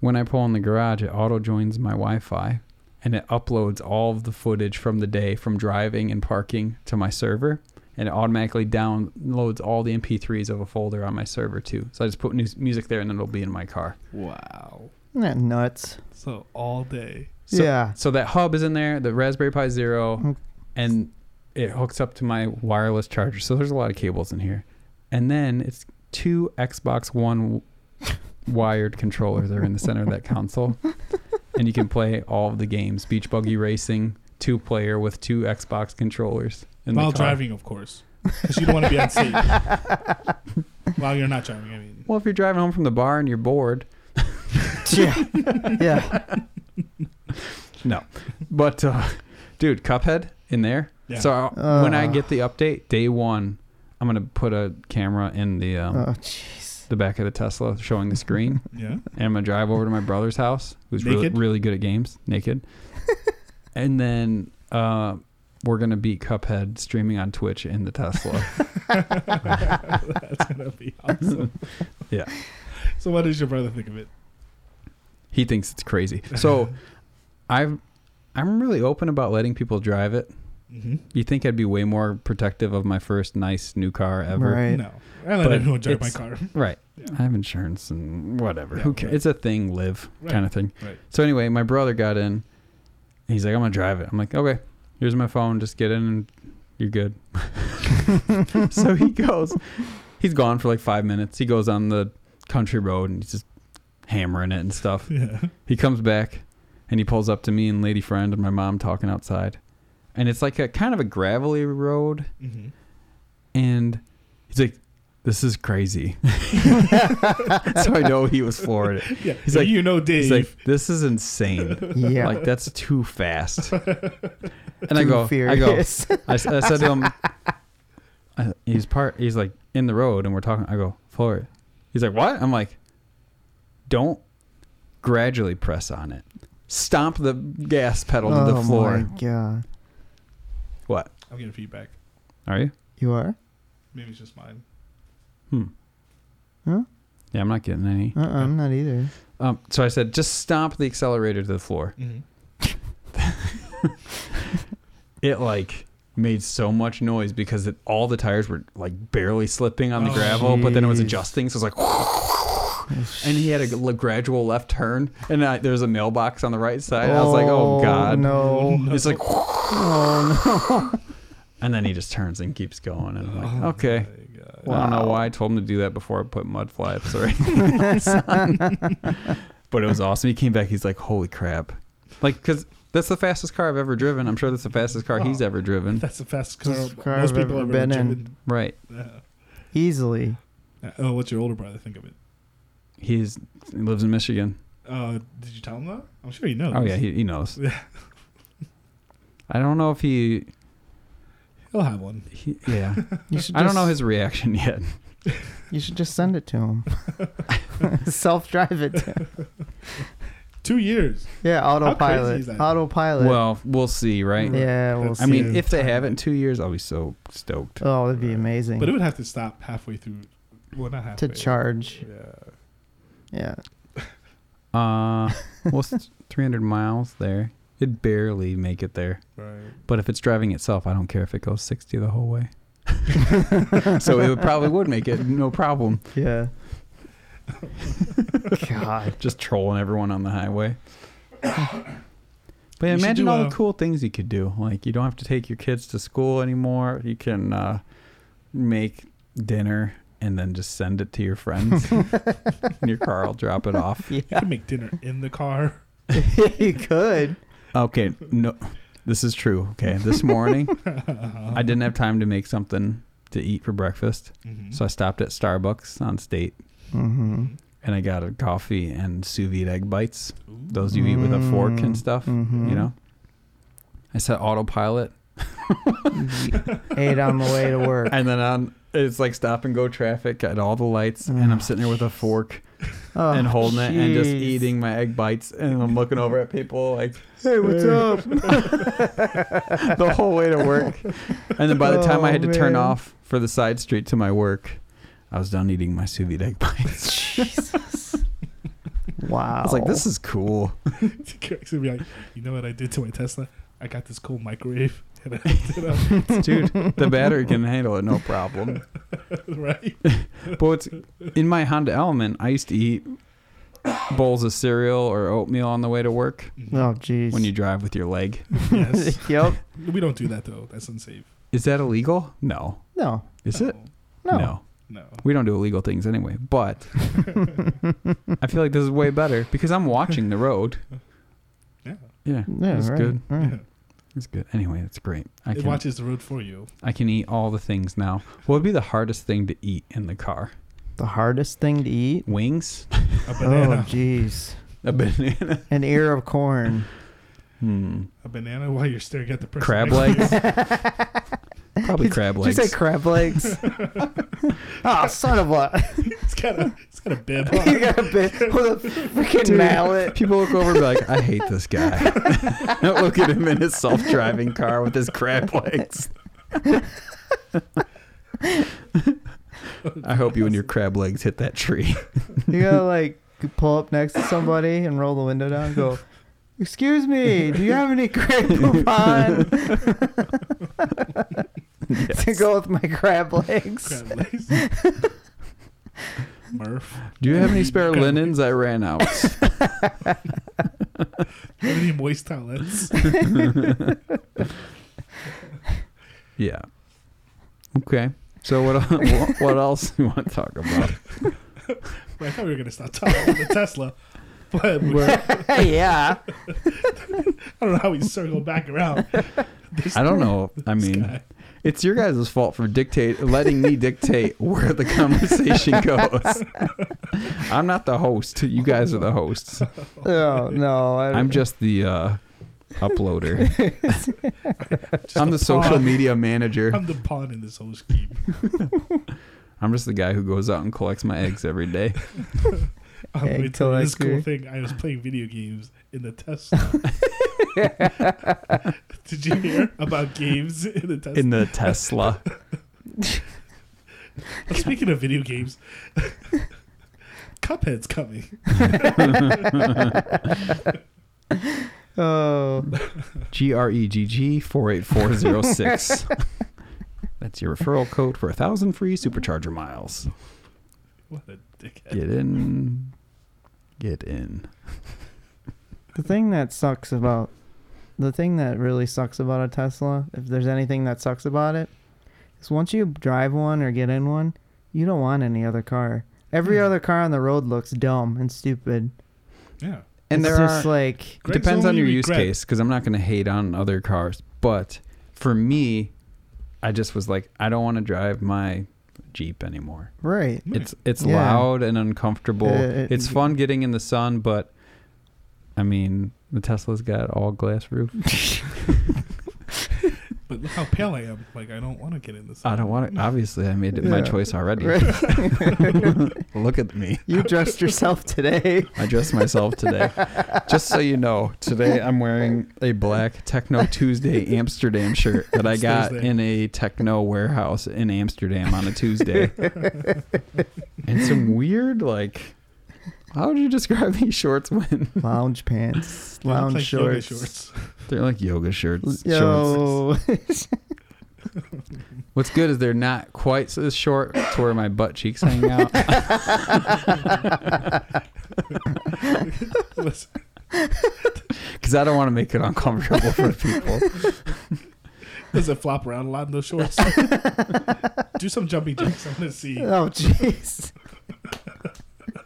B: when I pull in the garage, it auto joins my Wi Fi and it uploads all of the footage from the day from driving and parking to my server. And it automatically downloads all the MP3s of a folder on my server too. So I just put new music there, and then it'll be in my car.
A: Wow!
D: Isn't that nuts?
A: So all day.
B: So,
D: Yeah.
B: So that hub is in there, the Raspberry Pi Zero,
D: Mm.
B: and it hooks up to my wireless charger. So there's a lot of cables in here. And then it's two Xbox One w- wired controllers that are in the center of that console. And you can play all of the games Beach Buggy Racing, two player with two Xbox controllers. In
A: While
B: the car.
A: driving, of course, because you don't want to be unsafe. While you're not driving, I mean.
B: Well, if you're driving home from the bar and you're bored,
D: yeah. Yeah.
B: But uh, dude, Cuphead in there.
A: Yeah.
B: So when I
D: Uh.
B: get the update day one, I'm gonna put a camera in the um,
D: Oh jeez.
B: the back of the Tesla, showing the screen,
A: Yeah.
B: and I'm gonna drive over to my brother's house, who's really
A: Naked?
B: really good at games, naked. and then uh, we're gonna beat Cuphead streaming on Twitch in the Tesla.
A: That's gonna be awesome.
B: Yeah.
A: So what does your brother think of it?
B: he thinks it's crazy. So I've I'm really open about letting people drive it.
A: Mm-hmm.
B: You think I'd be way more protective of my first nice new car ever?
D: Right.
A: No, I let
B: But
A: everyone drive my
B: it's-
A: car.
B: Right.
A: Yeah.
B: I have insurance and whatever.
A: Yeah,
B: Who cares?
A: right.
B: It's a thing, live
A: Right.
B: kind of thing.
A: Right.
B: So anyway, my brother got in. He's like, I'm gonna drive it. I'm like, okay, here's my phone. Just get in and you're good. so he goes. He's gone for like five minutes. He goes on the country road and he's just hammering it and stuff.
A: Yeah.
B: He comes back and he pulls up to me and lady friend and my mom talking outside. And it's like a kind of a gravelly road
A: Mm-hmm.
B: and he's like, "This is crazy." so I know he was floored.
A: Yeah. If
B: He's like-
A: you know, Dave.
B: He's like, "This is insane.
D: Yeah.
B: Like that's too fast." And
D: Too
B: I go, I go.
D: furious.
B: I, s- I said to him, I, "He's part. He's like in the road, and we're talking." I go, "Floor." He's like, "What?" I'm like, "Don't gradually press on it. Stomp the gas pedal to
D: oh
B: the floor."
D: my god.
B: What
A: I'm getting feedback.
B: are you?
D: You are?
A: Maybe it's just mine.
B: Hmm.
D: Huh?
B: Yeah, I'm not getting any.
D: Uh uh-uh, uh, i am not either.
B: Um, so I said, just stomp the accelerator to the floor.
A: Mm-hmm.
B: it like made so much noise because it, all the tires were like barely slipping on the
A: Oh,
B: gravel, but then it was
D: jeez. Oh,
B: adjusting. So it's like, and he had a l- gradual left turn, and I, there was a mailbox on the right side. I was like, oh god,
D: No.
B: it's like,
D: Oh no.
B: and then he just turns and keeps going, and I'm like,
A: Oh
B: okay.
A: my God.
B: I don't know
D: Wow.
B: why I told him to do that before I put mud flaps or anything else on. but it was awesome. He came back. He's like, "Holy crap!" Like, because that's the fastest car I've ever driven. I'm sure that's the fastest car he's
A: Oh.
B: ever driven.
A: That's the fastest car
D: This car
A: most
D: I've
A: people
D: ever
A: have
D: been in.
A: driven.
B: Right.
A: Yeah.
D: Easily.
A: Uh, Oh, what's your older brother think of it?
B: He's he lives in Michigan.
A: Uh, did you tell him that? I'm sure he knows.
B: Oh yeah, he, he knows.
A: Yeah.
B: I don't know if he,
A: he'll have one.
B: he yeah.
D: You should
B: I don't
D: just-
B: know his reaction yet.
D: You should just send it to him. Self drive it. To him.
A: Two years.
D: Yeah,
A: crazy
D: autopilot.
A: is that?
D: Autopilot.
B: Well, we'll see, right?
A: Right.
D: yeah, we'll
A: That's-
B: I mean,
D: see.
B: if they have it in two years, I'll be so stoked.
D: oh, that'd be amazing
A: But it would have to stop halfway through. Well, not halfway.
D: to charge.
A: Yeah.
D: Yeah, Oh.
B: Uh, what's 300 miles there? It'd barely make it there.
A: Right.
B: But if it's driving itself, I don't care if it goes 60 the whole way. so it would- probably would make it no problem.
D: Yeah. God.
B: Just trolling everyone on the highway.
A: You
B: But
A: should
B: imagine
A: do
B: all
A: a-
B: the cool things you could do. Like you don't have to take your kids to school anymore. You can uh, make dinner and then just send it to your friends. and your car will drop it off.
A: You can make dinner in the car.
D: you could.
B: Okay, no, this is true. Okay, this morning
A: Uh-huh.
B: I didn't have time to make something to eat for breakfast,
A: Mhm.
B: so I "Hmm." stopped at Starbucks on State
D: Mm-hmm.
B: and I got a coffee and sous vide egg bites. Those you eat with a fork and stuff,
D: Mhm.
B: you know. I said autopilot,
D: Ate Mm-hmm. on the way to work.
B: and then on it's like stop and go traffic at all the lights, and I'm sitting there with a fork
D: Oh,
B: and holding it and just
D: jeez.
B: eating my egg bites, and I'm looking over at people like.
D: Hey, what's up?
B: the whole way to work. And then by the time I
D: Oh,
B: had to turn
D: man.
B: off for the side street to my work, I was done eating my sous vide egg bites.
D: Wow.
B: I was like, this is cool.
A: It's gonna be like, you know what I did to my Tesla? I got this cool microwave and I hooked it up,
B: Dude, the battery can handle it no problem.
A: right?
B: But it's, in my Honda Element, I used to eat bowls of cereal or oatmeal on the way to work
D: Oh, jeez.
B: when you drive with your leg.
A: Mm-hmm. Yes.
D: yep.
A: We don't do that though. That's unsafe.
B: Is that illegal? No.
D: No.
B: Is it?
D: No.
A: No.
B: We don't do illegal things anyway, but I feel like this is way better because I'm watching the road.
A: Yeah.
B: Yeah,
D: Yeah,
B: it's
D: right,
B: good.
D: right.
B: It's good. Anyway, it's great. I
A: It
B: can
A: watches the road for you.
B: I can eat all the things now. What would be the hardest thing to eat in the car?
D: The hardest thing to eat?
B: Wings,
A: A
D: Oh,
A: banana.
D: jeez.
B: a banana,
D: An ear of corn.
B: hmm.
A: A banana while you're staring at the person.
B: crab
A: next to you.
B: legs, probably crab legs.
D: Did you say crab legs? oh, son of a.
A: It's got a it's got a bib
D: you
A: on.
D: got a bit with a freaking
B: Dude,
D: mallet.
B: People look over and be like, "I hate this guy." look at him in his self-driving car with his crab legs. I hope you and your crab legs hit that tree.
D: You gotta like pull up next to somebody and roll the window down and go, Excuse me, do you have any crab coupon? to go with my crab legs.
A: Crab legs. Murph.
B: Do you have any spare linens? I ran out.
A: Do you have any moist towelettes?
B: Yeah. Okay. So what what, what else do you want to talk about?
A: Well, I thought we were gonna stop talking about the Tesla. But we- I
D: yeah.
A: don't know how we circled back around. This
B: I don't know. I mean,
A: guy.
B: it's your guys' fault for dictate letting me dictate where the conversation goes. I'm not the host. You guys are the hosts.
D: Oh no. I don't,
B: I'm just the uh, uploader.
A: Just
B: I'm
A: a
B: the social
A: pawn.
B: media manager.
A: I'm the pawn in this whole scheme.
B: I'm just the guy who goes out and collects my eggs every day.
A: Um,
D: Egg
A: it's this cool
D: collector.
A: thing. I was playing video games in the Tesla. Did you hear about games in the Tesla?
B: In the Tesla.
A: Oh, Speaking of video games, Cuphead's coming.
D: Oh
B: G R E G G four eight four zero six. That's your referral code for a thousand free supercharger miles.
A: What a dickhead!
B: Get in, get in.
D: the thing that sucks about the thing that really sucks about a Tesla, if there's anything that sucks about it, is once you drive one or get in one, you don't want any other car. Every other car on the road looks dumb and stupid.
A: Yeah,
B: And
D: it's
B: there
D: just
B: are
D: like
A: Greg's
B: depends on
A: only
B: your use
A: regret-
B: case because I'm not going to hate on other cars, but for me, I just was like, I don't want to drive my Jeep anymore.
D: right.
B: It's it's
D: Yeah.
B: loud and uncomfortable.
D: Uh, it-
B: it's fun getting in the sun, but I mean, the Tesla's got all glass roof.
A: But look how pale I am. Like I don't want to get in this.
B: I don't want to. Obviously, I made it my
D: Yeah.
B: choice already.
D: Right.
B: Look at me.
D: you dressed yourself today.
B: I dressed myself today. Just so you know, today I'm wearing a black Techno Tuesday Amsterdam shirt that I
A: It's
B: got
A: Thursday.
B: in a techno warehouse in Amsterdam on a Tuesday. and some weird, like, how would you describe these shorts when
D: Lounge pants,
A: They look
D: lounge
A: like yoga
D: shorts.
A: shorts.
B: they're like yoga shirts? shorts.
D: Yo,
B: What's good is they're not quite so short to where my butt cheeks hang out.
A: Listen,
B: because I don't want to make it uncomfortable for people.
A: Does it flop around a lot in those shorts? Do some jumping jacks. I want to see.
D: Oh, jeez.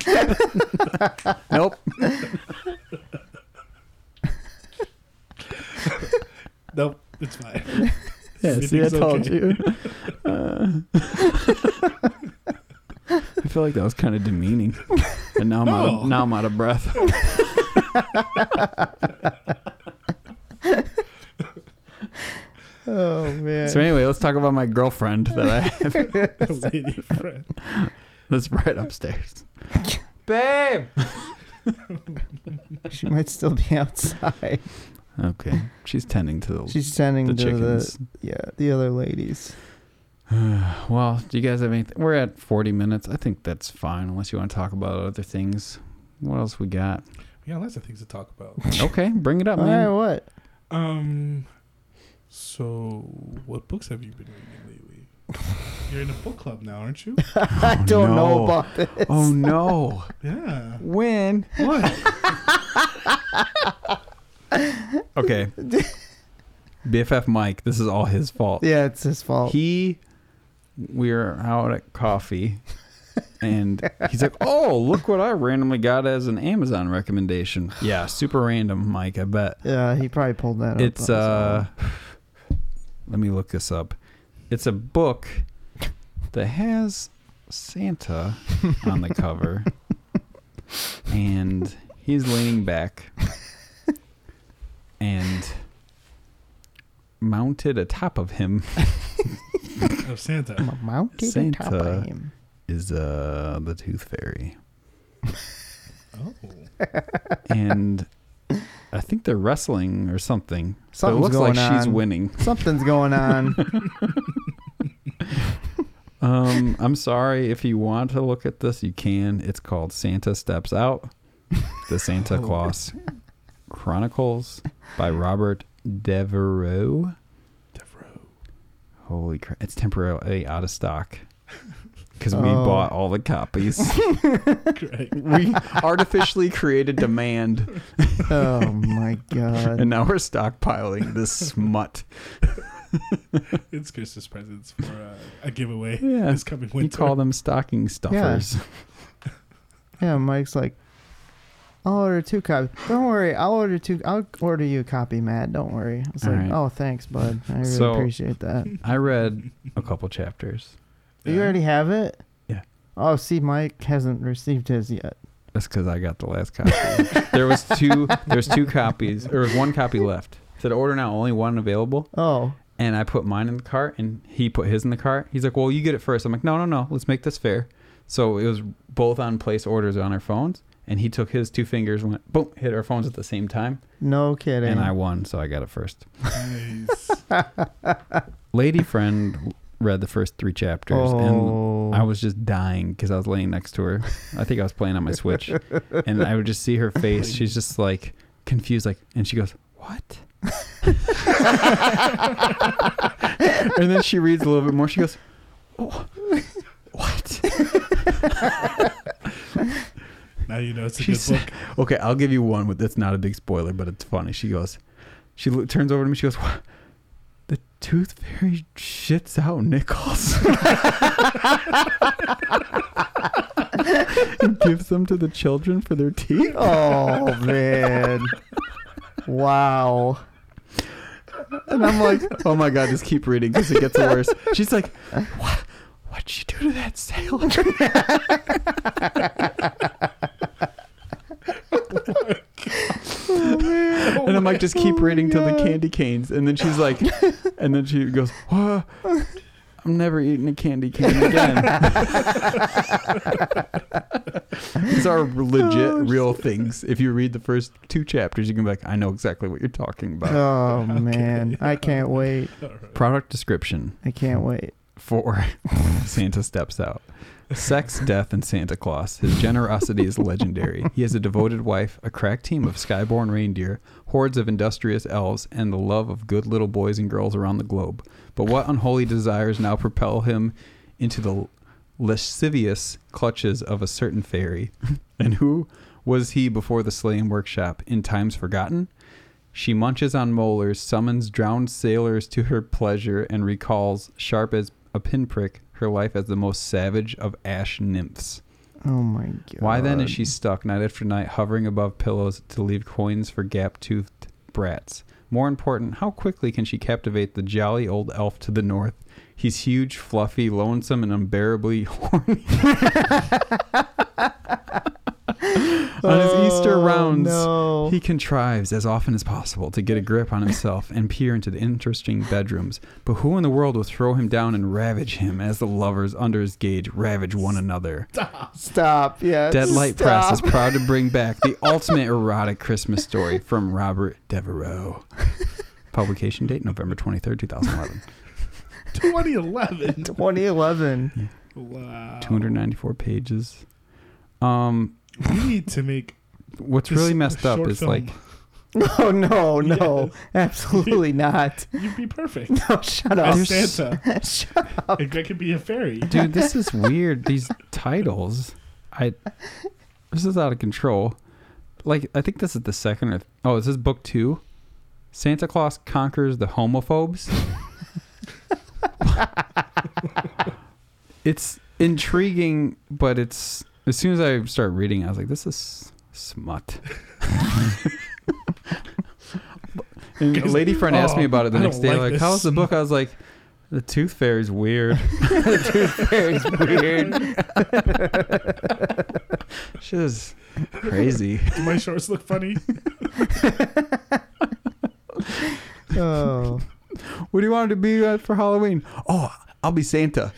B: Nope.
A: Nope, it's fine.
B: Yeah, see, I
A: Everything's
B: told
A: okay.
B: you. Uh, I feel like that was kind of demeaning, and now I'm out
A: No.
B: of, now I'm out of breath.
D: Oh, man.
B: So anyway, let's talk about my girlfriend that I have
A: Lady friend.
B: that's right upstairs. Babe.
D: She might still be outside.
B: Okay, she's tending to the,
D: She's tending
B: the
D: to
B: chickens.
D: the yeah the other ladies.
B: well, do you guys have anything? We're at 40 minutes. I think that's fine, unless you want to talk about other things. What else we got?
A: Yeah, lots of things to talk about.
B: Okay, bring it up,
D: All right,
B: man.
D: what?
A: Um, so what books have you been reading lately? You're in a book club now, aren't you?
D: I don't know
B: no.
D: about this.
B: Oh no!
A: Yeah.
B: When?
A: What?
B: Okay. BFF Mike, this is all his fault.
D: Yeah, it's his fault.
B: He, we were out at coffee, and he's like, "Oh, look what I randomly got as an Amazon recommendation." Yeah, super random, Mike. I bet
D: yeah, he probably pulled Oh, that. up on
B: it's
D: his
B: uh. Let me look this up. It's a book that has Santa on the cover, and he's leaning back and mounted atop of him
A: Of Oh, Santa.
D: own. mounted on top
B: Santa.
D: of him.
B: is uh the tooth fairy
A: Oh.
B: and i think they're wrestling or something so it
D: Something's
B: looks
D: going
B: like she's
D: on.
B: winning
D: Something's going on.
B: um i'm sorry if you want to look at this you can it's called santa steps out the santa claus chronicles by robert devereaux
A: Devereaux.
B: holy crap it's temporarily out of stock because we
D: Oh.
B: bought all the copies
A: Great.
B: we artificially created demand
D: oh my god.
B: and now we're stockpiling this smut.
A: It's Christmas presents for uh, a giveaway
B: Yeah,
A: this coming
B: We
A: winter.
B: call them stocking stuffers.
D: Yeah, Mike's like, I'll order two copies. Don't worry, I'll order two. I'll order you a copy, Matt. Don't worry. It's
B: All
D: like,
B: right.
D: oh, thanks, bud. I really
B: So-
D: appreciate that.
B: I read a couple chapters.
D: You already have it.
B: Yeah.
D: Oh, see, Mike hasn't received his yet.
B: That's because I got the last copy. there was two. There's two copies. There was one copy left. It Said order now, only one available.
D: Oh,
B: And I put mine in the cart, and he put his in the cart. He's like, "Well, you get it first. I'm like, "No, no, no. Let's make this fair." So it was both on place orders on our phones, and he took his two fingers, went boom, hit our phones at the same time,
D: no kidding.
B: and I won. So I got it first.
A: Nice.
B: lady friend read the first three chapters
D: Oh.
B: and I was just dying because I was laying next to her. I think I was playing on my Switch and I would just see her face. She's just like confused, like, and she goes, What? and then she reads a little bit more. She goes, "Oh, What?
A: now you know it's a
B: She's-
A: good book.
B: Okay, I'll give you one, but that's not a big spoiler, but it's funny. She goes, She lo- turns over to me. She goes, What? The tooth fairy shits out nickels. and gives them to the children for their teeth.
D: Oh man! Wow.
B: And I'm like, oh my god, just keep reading because it gets worse. She's like, what? What'd she do to that sailor? and I'm like, just keep reading till the candy canes. And then she's like, and then she goes, "Wha- I'm never eating a candy cane again. These are legit, real things. If you read the first two chapters, you can be like, I know exactly what you're talking about.
D: Oh man! I can't wait.
A: All right.
B: Product description
D: I can't wait.
B: for Santa Steps Out. Sex, death, and Santa Claus. His generosity is legendary. He has a devoted wife, a crack team of skyborn reindeer, hordes of industrious elves, and the love of good little boys and girls around the globe. But what unholy desires now propel him into the lascivious clutches of a certain fairy? And who was he before the sleighing workshop? In times forgotten? She munches on molars, summons drowned sailors to her pleasure, and recalls, sharp as a pinprick, her life as the most savage of ash nymphs.
D: Oh my god.
B: Why then is she stuck night after night, hovering above pillows to leave coins for gap toothed brats? More important, how quickly can she captivate the jolly old elf to the north? He's huge, fluffy, lonesome, and unbearably horny. On his Easter
D: Oh,
B: rounds,
D: no.
B: he contrives as often as possible to get a grip on himself and peer into the interesting bedrooms. But who in the world will throw him down and ravage him as the lovers under his gauge ravage one another?
D: Stop. Yeah.
B: Deadlight
D: stop.
B: Press is proud to bring back the ultimate erotic Christmas story from Robert Devereaux. Publication date November 23rd, 2011.
A: 2011.
D: 2011.
A: Wow.
B: 294 pages. Um,
A: We need to make
B: what's
A: Just
B: really
A: a
B: messed up
A: short
B: is
A: film.
B: like
D: No, no, no.
A: Yes.
D: Absolutely not.
A: you'd be perfect
D: No, shut up.
A: as Santa.
D: Shut up.
A: And Greg could be a fairy.
B: dude this is weird these titles i this is out of control like i think this is the second or oh is this book two santa claus conquers the homophobes it's intriguing but it's as soon as i start reading i was like this is smut and a lady friend asked me about it the
A: Oh, I
B: next
A: don't
B: day
A: like
B: like
A: this
B: how's the book i was like the tooth fairy's weird
D: Very weird.
B: She's crazy.
A: Do my shorts look funny?
D: Oh.
B: what do you want to be uh, for Halloween? Oh, I'll be Santa.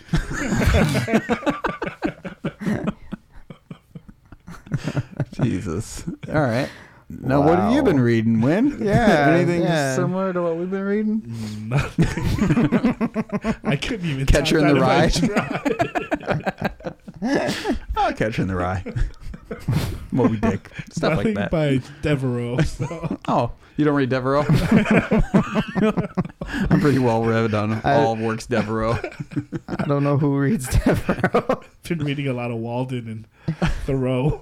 B: Jesus. All right. Now, what have you
D: Wow.
B: been reading, Win?
D: Yeah,
B: Anything
D: yeah.
B: similar to what we've been reading?
A: Nothing. I couldn't even
B: Catch her
A: top
B: in the
A: that if I tried.
B: Oh, Catcher in the Rye. Moby Dick. Stuff
A: Nothing
B: like
A: by
B: that.
A: Devereaux. So.
B: oh, you don't read Devereaux? I'm pretty well read on
D: I-
B: all works Devereaux.
D: I don't know who reads Devereaux.
A: Been reading a lot of Walden and Thoreau.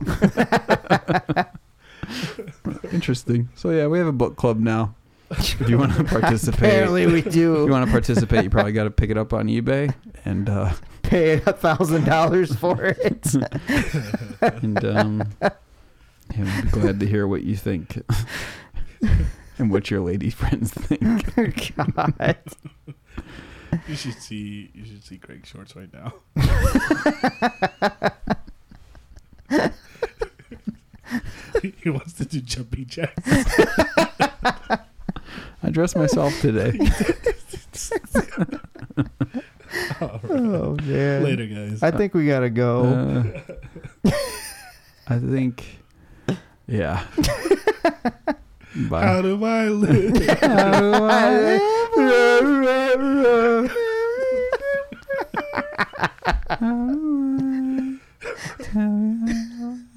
B: Interesting. So yeah, we have a book club now. If you want to participate,
D: Apparently, we
B: if you
D: do
B: want to participate, you probably got to pick it up on eBay and uh,
D: pay a thousand dollars for it.
B: and um, yeah, we'd be glad to hear what you think and what your lady friends think.
D: God,
A: You should see. You should see Greg's shorts right now. he wants to do jumping jacks.
B: I dressed myself today.
A: All right.
D: oh man.
A: Later, guys.
D: I think we gotta go.
B: Uh, I think, yeah. Bye.
A: How do I live?
B: Uh, Tell me how